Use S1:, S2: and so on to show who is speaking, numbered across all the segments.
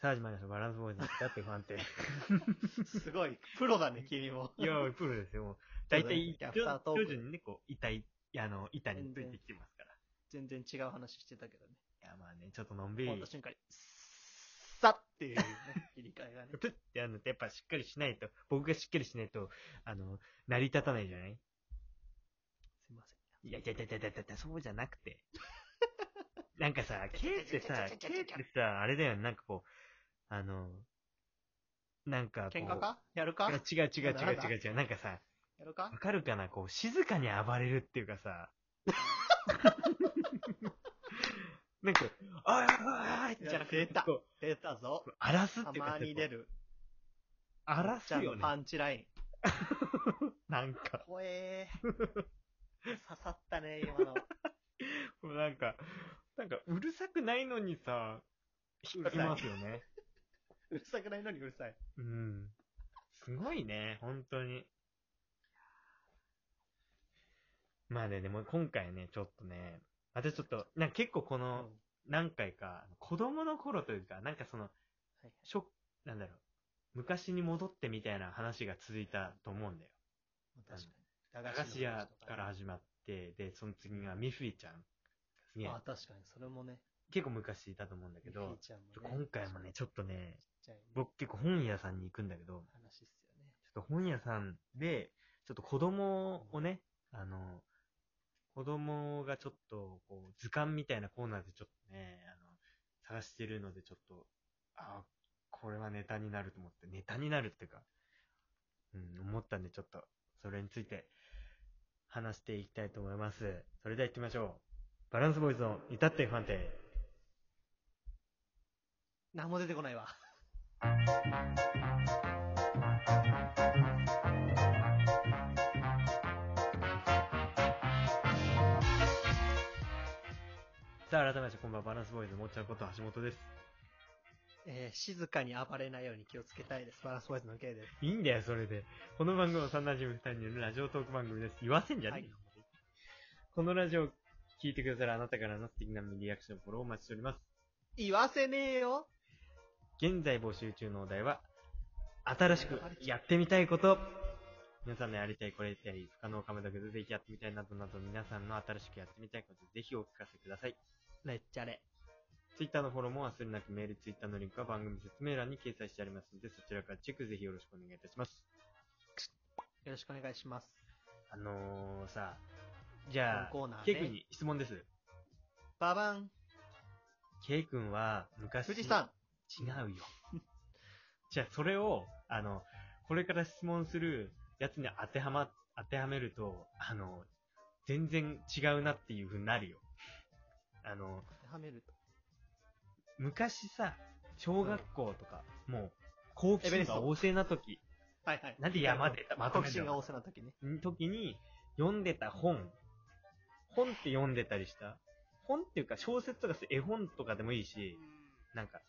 S1: さあ始まりました。バランスボールにだって不安定。
S2: すごい、プロだね、君も。
S1: いや、プロですよ。もう大体、
S2: そ
S1: 徐
S2: うだねアフタートーク
S1: 々にね、こう、板い、あの、板についてきてますから。
S2: 全然違う話してたけどね。
S1: いや、まあね、ちょっとのんび
S2: 終わ
S1: り
S2: った。瞬間に、さっていうね、切り替えがね。
S1: プッてやるのってやっぱしっかりしないと、僕がしっかりしないと、あの、成り立たないじゃない
S2: すいません。
S1: いやいやいやいやいやいや、そうじゃなく て。なんかさ、K ってさ、K ってさ、あれだよね、なんかこう、あの、なんかこう。
S2: 喧嘩かやるか
S1: いや違う違う違
S2: なんだなんだ
S1: う違う違う。なんかさ、
S2: やるか
S1: わかるかなこう、静かに暴れるっていうかさ。 なんか、おいおいおいおいじゃなく
S2: い
S1: て、
S2: や出た
S1: こ
S2: 出たぞ
S1: う。荒らすったていうかさ、
S2: まに出る。
S1: こう荒らす
S2: じゃ
S1: よ
S2: あ
S1: ね
S2: パ。ンチライン。
S1: なんか、
S2: 怖えー。刺さったね、今の。
S1: もうなんか、なんか、うるさくないのにさ、引っかけますよね。
S2: うるさくないのにうるさい。
S1: うん。すごいね、本当に。まあね、でも今回ね、ちょっとね、私ちょっと、なんか結構こ
S2: うん。
S1: の
S2: は、
S1: 何回か、子供の頃というか、なんかその、
S2: いはい
S1: しょ、なんだろう、昔に戻ってみたいな話が続いたと思うんだよ。
S2: 確かに。
S1: 駄菓子屋から始まって、で、その次がミフィちゃん。ね
S2: あ、確かに、それもね。
S1: 結構昔いたと思うんだけ
S2: ミッ
S1: ど
S2: キー、ちゃんもね
S1: ちょ今回もね、ちょっとね、
S2: ちっちゃい
S1: 僕結構本屋さんに行くんだけど、
S2: 話っすよね。
S1: ちょっと本屋さんで、ちょっと子供をね、あの、子供がちょっと、こう、図鑑みたいなコーナーでちょっとね、あの、探してるのでちょっと、あこれはネタになると思って、ネタになるっていうか、うん、思ったんでちょっと、それについて、話していきたいと思います。それでは行ってみましょう。バランスボーイズの至って不安定。
S2: 何も出てこないわ。
S1: さあ、改めまして、こんばんは、バランスボーイズのもっちゃんこと橋本です。
S2: えー静かに暴れないように気をつけたいです。バランスボーイズの K です。
S1: いいんだよ、それで。この番組は三男児二人によるラジオトーク番組です。言わせんじゃねえよ、このラジオを聞いてくださるあなたからの素敵なリアクションフォローをお待ちしております。
S2: 言わせねえよ
S1: 現在募集中のお題は、新しくやってみたいこと。皆さんのやりたい、これやりたい、不可能かもだけど、ぜひやってみたいなどなど、皆さんの新しくやってみたいこと、ぜひお聞かせください。
S2: めっちゃれ。
S1: ツイッターのフォローも忘れなく、メール、ツイッターのリンクは番組説明欄に掲載してありますので、そちらからチェックぜひよろしくお願いいたします。
S2: よろしくお願いします。
S1: あのー、さ、じゃあ
S2: このコーナ、ー
S1: ケ
S2: ね
S1: イ君に質問です。
S2: ババン
S1: ケイ君は昔、
S2: 富士山
S1: 違うよ。 じゃあ、それを、あの、これから質問するやつに当てはま、当てはめると、あの、全然違うなっていう風になるよ。あの、
S2: はめると。
S1: 昔さ、小学校とか、もう、好奇
S2: エベレ
S1: 心
S2: スト
S1: が旺盛な時、
S2: はいはい。
S1: なんで山でまと
S2: 好
S1: め
S2: 奇
S1: る
S2: 心が
S1: の
S2: 旺盛な時ね。
S1: 時に、読んでた本。本って読んでたりした本っていうか、小説とか絵本とかでもいいし、なんか、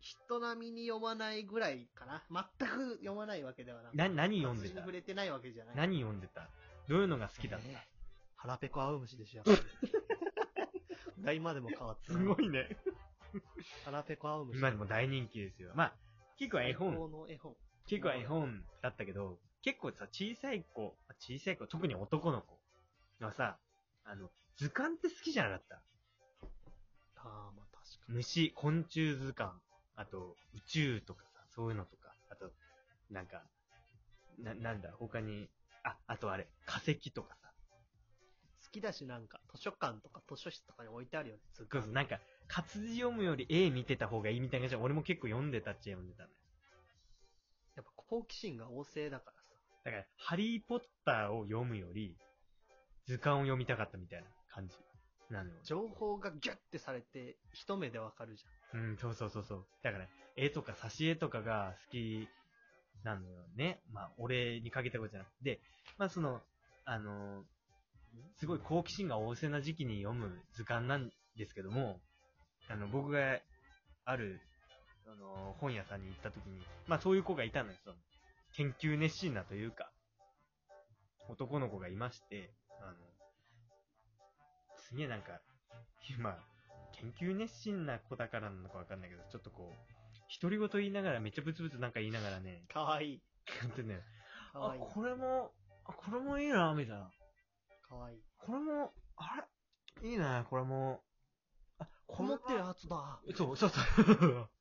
S2: 人並みに読まないぐらいかな。全く読まないわけではなく
S1: な、何読んで
S2: 活字に
S1: た
S2: 触れてないわけじゃない。
S1: 何読んでたどういうのが好きだった、
S2: えー腹ペコアオウムシで しょ。だ今でも変わって
S1: すごいね。
S2: 腹ペコアオウムシ。
S1: 今でも大人気ですよ。まあ、結構絵
S2: 最
S1: 本、
S2: 高の絵本。
S1: 結構絵本だったけど、結構さ、小さい子、小さい子、特に男の子がさ、あの、図鑑って好きじゃなかった
S2: ああ、まあ確かに。
S1: 虫、昆虫図鑑、あと、宇宙とかさ、そういうのとか、あと、なんか、な、なんだ、他に、あ、あとあれ、化石とかさ、
S2: 好きだしなんか、図書館とか図書室とかに置いてあるよね。図
S1: そう
S2: 鑑
S1: そうなんか、活字読むより絵見てた方がいいみたいな感じで、俺も結構読んでたっちゃ読んでたね。
S2: やっぱ好奇心が旺盛だからさ。
S1: だから、ハリー・ポッターを読むより、図鑑を読みたかったみたいな感じなのよ。
S2: 情報がギュッてされて、一目でわかるじゃ
S1: うん、そうそうそうそう。だから、絵とか挿絵とかが好きなのよね。まあ、俺にかけたことじゃなくて。で、まあその、あのすごい好奇心が旺盛な時期に読む図鑑なんですけども、あの、僕がある、あの本屋さんに行った時に、まあそういう子がいたのよ、その、研究熱心なというか、男の子 がいまして、あの、すげえなんか、今、研究熱心な子だからなのかわかんないけど、ちょっとこう、独り言言いながら、めっちゃブツブツなんか言いながらね、
S2: かわいい。
S1: やってね、あ
S2: かわい、い。
S1: これも、あ、これもいいな、みたいな。
S2: かわいい。
S1: これも、あれいいな、これも。あ、
S2: こ
S1: こ
S2: も
S1: れ
S2: ってるはずだ。
S1: そう、そうそう。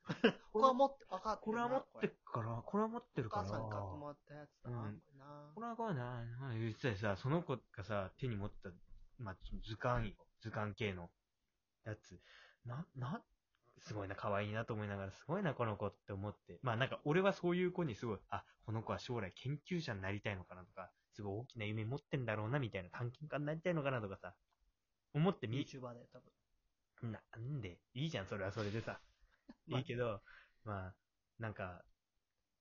S2: これは持って、分かって
S1: こ
S2: る
S1: れ
S2: な。
S1: は持ってるから、これは持ってる
S2: お
S1: から。
S2: 母さんからもらったやつだな。
S1: う
S2: こ
S1: ん
S2: れな
S1: これはこうな、言ってたりさ、その子がさ、手に持った、まあ、図鑑よ、図鑑系のやつ。な、な、すごいな、可愛いなと思いながら、すごいな、この子って思って。まあなんか、俺はそういう子にすごい、あ、この子は将来研究者になりたいのかなとか、すごい大きな夢持ってんだろうな、みたいな、探検家になりたいのかなとかさ、思ってみ、
S2: YouTuber で多分。
S1: なんで、いいじゃん、それはそれでさ。
S2: まあ
S1: いいけど、まあ、なんか、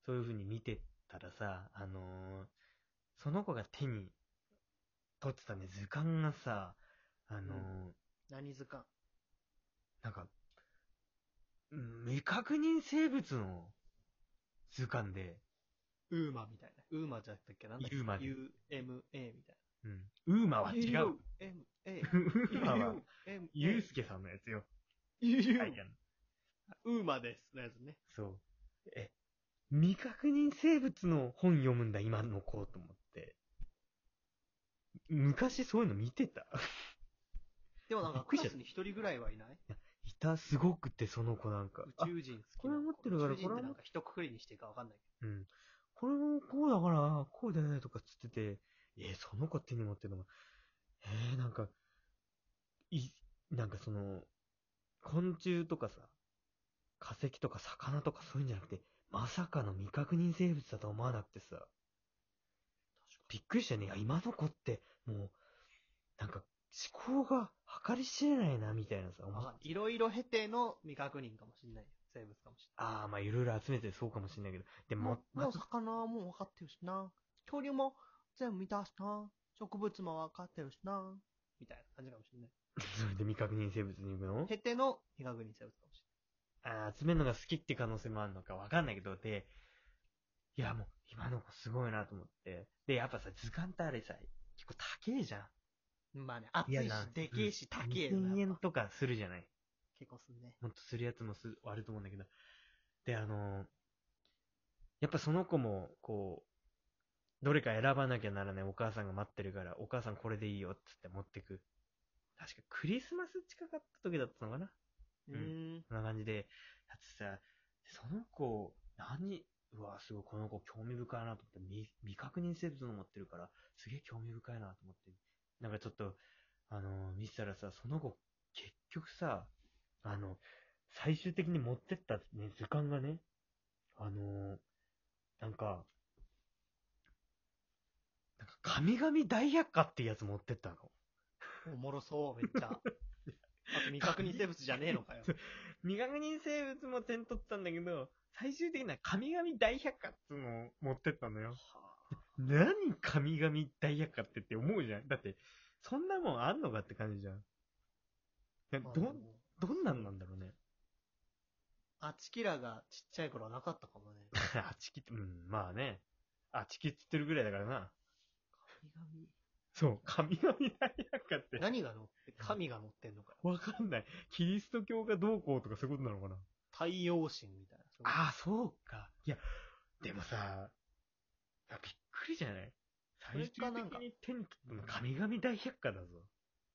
S1: そういう風に見てたらさ、あのーその子が手に取ってたね、図鑑がさ、あのー
S2: 何図鑑
S1: なんか、うん未確認生物の図鑑で、
S2: ウーマみたいな。ウーマじゃったっけなんだっけ
S1: ユーマで
S2: UMA みたい
S1: うん、ウーマ
S2: な。
S1: は違う。。
S2: UMA。
S1: ウーマは、
S2: UMA。
S1: ユースケさんのやつよ。書い
S2: UU
S1: てある
S2: ウーマです。のやつね。
S1: そう。え、未確認生物の本読むんだ、今の子と思って。昔そういうの見てた
S2: でもなん
S1: び
S2: か
S1: っく
S2: ク
S1: りし
S2: ラ
S1: た
S2: スに一人ぐらいはいない
S1: いた、すごくて、その子なんか。あ
S2: 宇宙人好きな子。
S1: これ持ってるから
S2: 宇宙人
S1: これは
S2: ってな
S1: 持
S2: ん
S1: っ
S2: か一括りにしていいかわかんないけ
S1: うん。これもこうだから、こうだよねとかつってて、えーその子手に持ってるのが、えー、なんか、い、なんかその、昆虫とかさ、化石とか魚とかそういうんじゃなくて、まさかの未確認生物だと思わなくてさ、びっくりしたね。いや今の子って、もう、なんか、思考が計り知れないな、みたいなさ、
S2: ど。
S1: 思
S2: わ
S1: っ
S2: かんないいろいろ経ての未確認かもしれないよ。生物かもしれない。
S1: ああ、まあいろいろ集めてそうかもしれないけど、で
S2: も
S1: も、
S2: うも
S1: ま
S2: う魚はもう分かってるしな。恐竜も全部満たしな。植物も分かってるしな。みたいな感じかもしれない。
S1: それで未確認生物に行くの
S2: 経ての未確認生物かもし
S1: あー集めるのが好きって可能性もあるのかわかんないけど、で、いやもう今の子すごいなと思って。で、やっぱさ、図鑑ってあれさ、結構高えじゃん。
S2: れない。まあね、暑い
S1: い
S2: し
S1: やな、
S2: でけえし、高えよな。
S1: 2000
S2: やっ
S1: 円
S2: ぱ
S1: とかするじゃない。
S2: 結構すんね。
S1: もっとするやつもすあると思うんだけど。で、あのーやっぱその子も、こう、どれか選ばなきゃならないお母さんが待ってるから、お母さんこれでいいよっつって持ってく。確かクリスマス近かった時だったのかなう
S2: う
S1: ん
S2: ーん。
S1: そんな感じで、だってさ、その子、何、うわ、すごい、この子興味深いなと思って、未未確認生物の持ってるから、すげえ興味深いなと思って、なんかちょっと、あのー見てたらさ、その子、結局さ、あの、最終的に持ってったね、図鑑がね、あのーなんか、なんか、神々大百科っていうやつ持ってったの。
S2: おもろそう、めっち ゃ。あと未確認生物じゃねえのかよ。
S1: 未確認生物も点取ったんだけど、最終的には神々大百科っつうのを持ってったのよ。何神々大百科ってって思うじゃんだって、そんなもんあんのかって感じじゃん。な
S2: まあ
S1: ど、どんなんなんだろうね。
S2: あちきらがちっちゃい頃はなかったかもね。
S1: あちきって、うん、まあね。あちきっつってるぐらいだからな。
S2: 神
S1: そう、神々大百科って
S2: 々。何が乗って、神が乗ってんのかよ。
S1: わかんない。キリスト教がどうこうとかそういうことなのかな。
S2: 太陽神みたいな。
S1: ああ、そうか。いや、でもさ、いやびっくりじゃない
S2: それ
S1: 最終
S2: かなんか
S1: 的に手に取ったの神々大百科だぞ。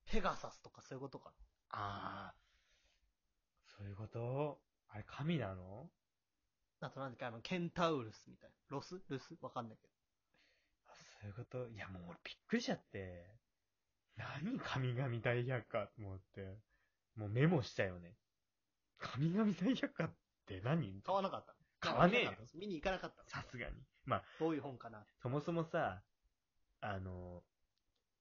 S2: ペガサスとかそういうことかな。
S1: ああ。そういうことあれ神なの
S2: あとなんだっけ、あの、ケンタウルスみたいな。ロスルスわかんないけど。
S1: あそういうこといや、もう俺びっくりしちゃって。何神々大百科と思って。もうメモしたよね。神々大百科って何
S2: 買わなかった。
S1: 買わねえよ
S2: 見に行かなかった。
S1: さすがに。まあ、
S2: どういう本かな。
S1: そもそもさ、あの、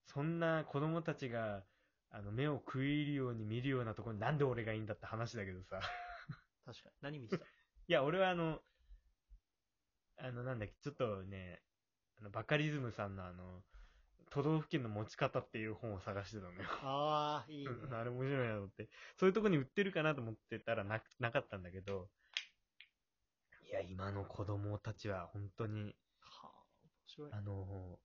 S1: そんな子供たちが、あの、目を食い入るように見るようなところになんで俺がいいんだって話だけどさ。
S2: 確かに。何見てた
S1: いや、俺はあの、あの、なんだっけ、ちょっとね、あの、バカリズムさんのあの、都道府県の持ち方っていう本を探してたのよ。
S2: ああ、いいね。
S1: うん あれ面白いなと思って。そういうとこに売ってるかなと思ってたらなく、なかったんだけど、いや、今の子供たちは本当に、
S2: はあ、面白い。
S1: あの、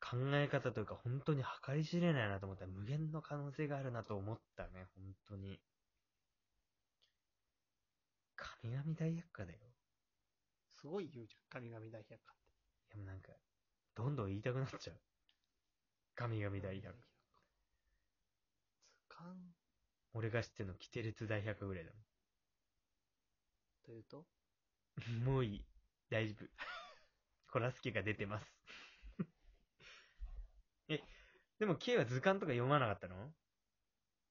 S1: 考え方というか本当に計り知れないなと思った。無限の可能性があるなと思ったね、本当に。神々大百科だよ。
S2: すごい言うじゃん、神々大百科って。
S1: でもなんか、どんどん言いたくなっちゃう。神々大百科。
S2: 図鑑
S1: 俺が知ってるの、キテレツ大百科ぐらいだ
S2: というと、
S1: もん。 もういい。大丈夫。 コラスケが出てます。 え、でも K は図鑑とか読まなかったの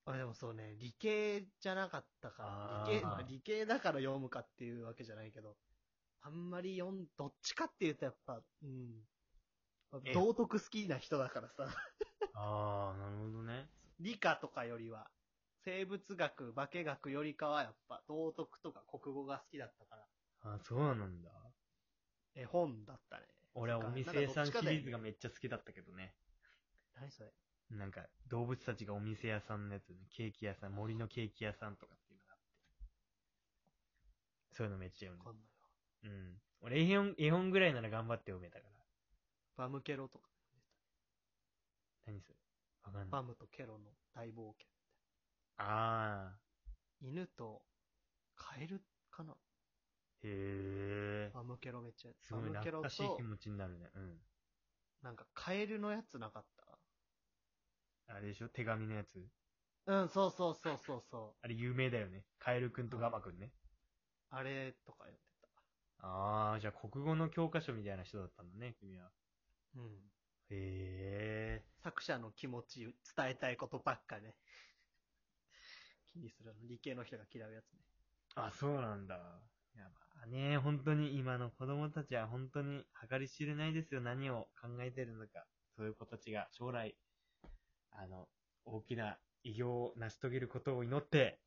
S2: あ、でもそうね、理系じゃなかったから
S1: あ、ー
S2: 理系、まあ理系だから読むかっていうわけじゃないけど、あんまり読ん、どっちかっていうとやっぱ、うん。
S1: え
S2: 道徳好きな人だからさ、
S1: ああ、なるほどね。
S2: 理科とかよりは、生物学、化学よりかはやっぱ道徳とか国語が好きだったから、
S1: あーそうなんだ。
S2: 絵本だったね。
S1: 俺はお店屋さんシ
S2: なんかどっちかだ
S1: リ
S2: よね
S1: ーズがめっちゃ好きだったけどね。
S2: 何それ
S1: なんか、動物たちがお店屋さんのやつね、ケーキ屋さん、森のケーキ屋さんとかっていうのがあって。そういうのめっちゃ読ん
S2: こんなのよ。
S1: で。うん。俺絵本、絵本ぐらいなら頑張って読めたから。
S2: バムケロとか、
S1: 何それわかんない。
S2: バムとケロの大冒険。
S1: あ
S2: 犬とカエルかな
S1: ー。へー。
S2: バムケロめっちゃやつ
S1: すごい
S2: バムケ
S1: 懐
S2: ロ
S1: かしい
S2: と
S1: 気、持ちになるね。うん。
S2: なんかカエルのやつなかっ
S1: あれでしょ手紙のやつ。
S2: たうん、そうそうそうそうそう。
S1: あれ有名だよね。カエルくんとガマくんね。
S2: あれとかやって
S1: あー、じゃあ国語の教科書みたいな人だったんだね、君は。
S2: た。うん。
S1: へえ。
S2: 作者の気持ち伝えたいことばっかね。 気にするの。理系の人が嫌うやつね。
S1: あ、そうなんだ。いや、まあね、本当に今の子供たちは本当に計り知れないですよ。何を考えてるのか。そういう子たちが将来、あの、大きな偉業を成し遂げることを祈って、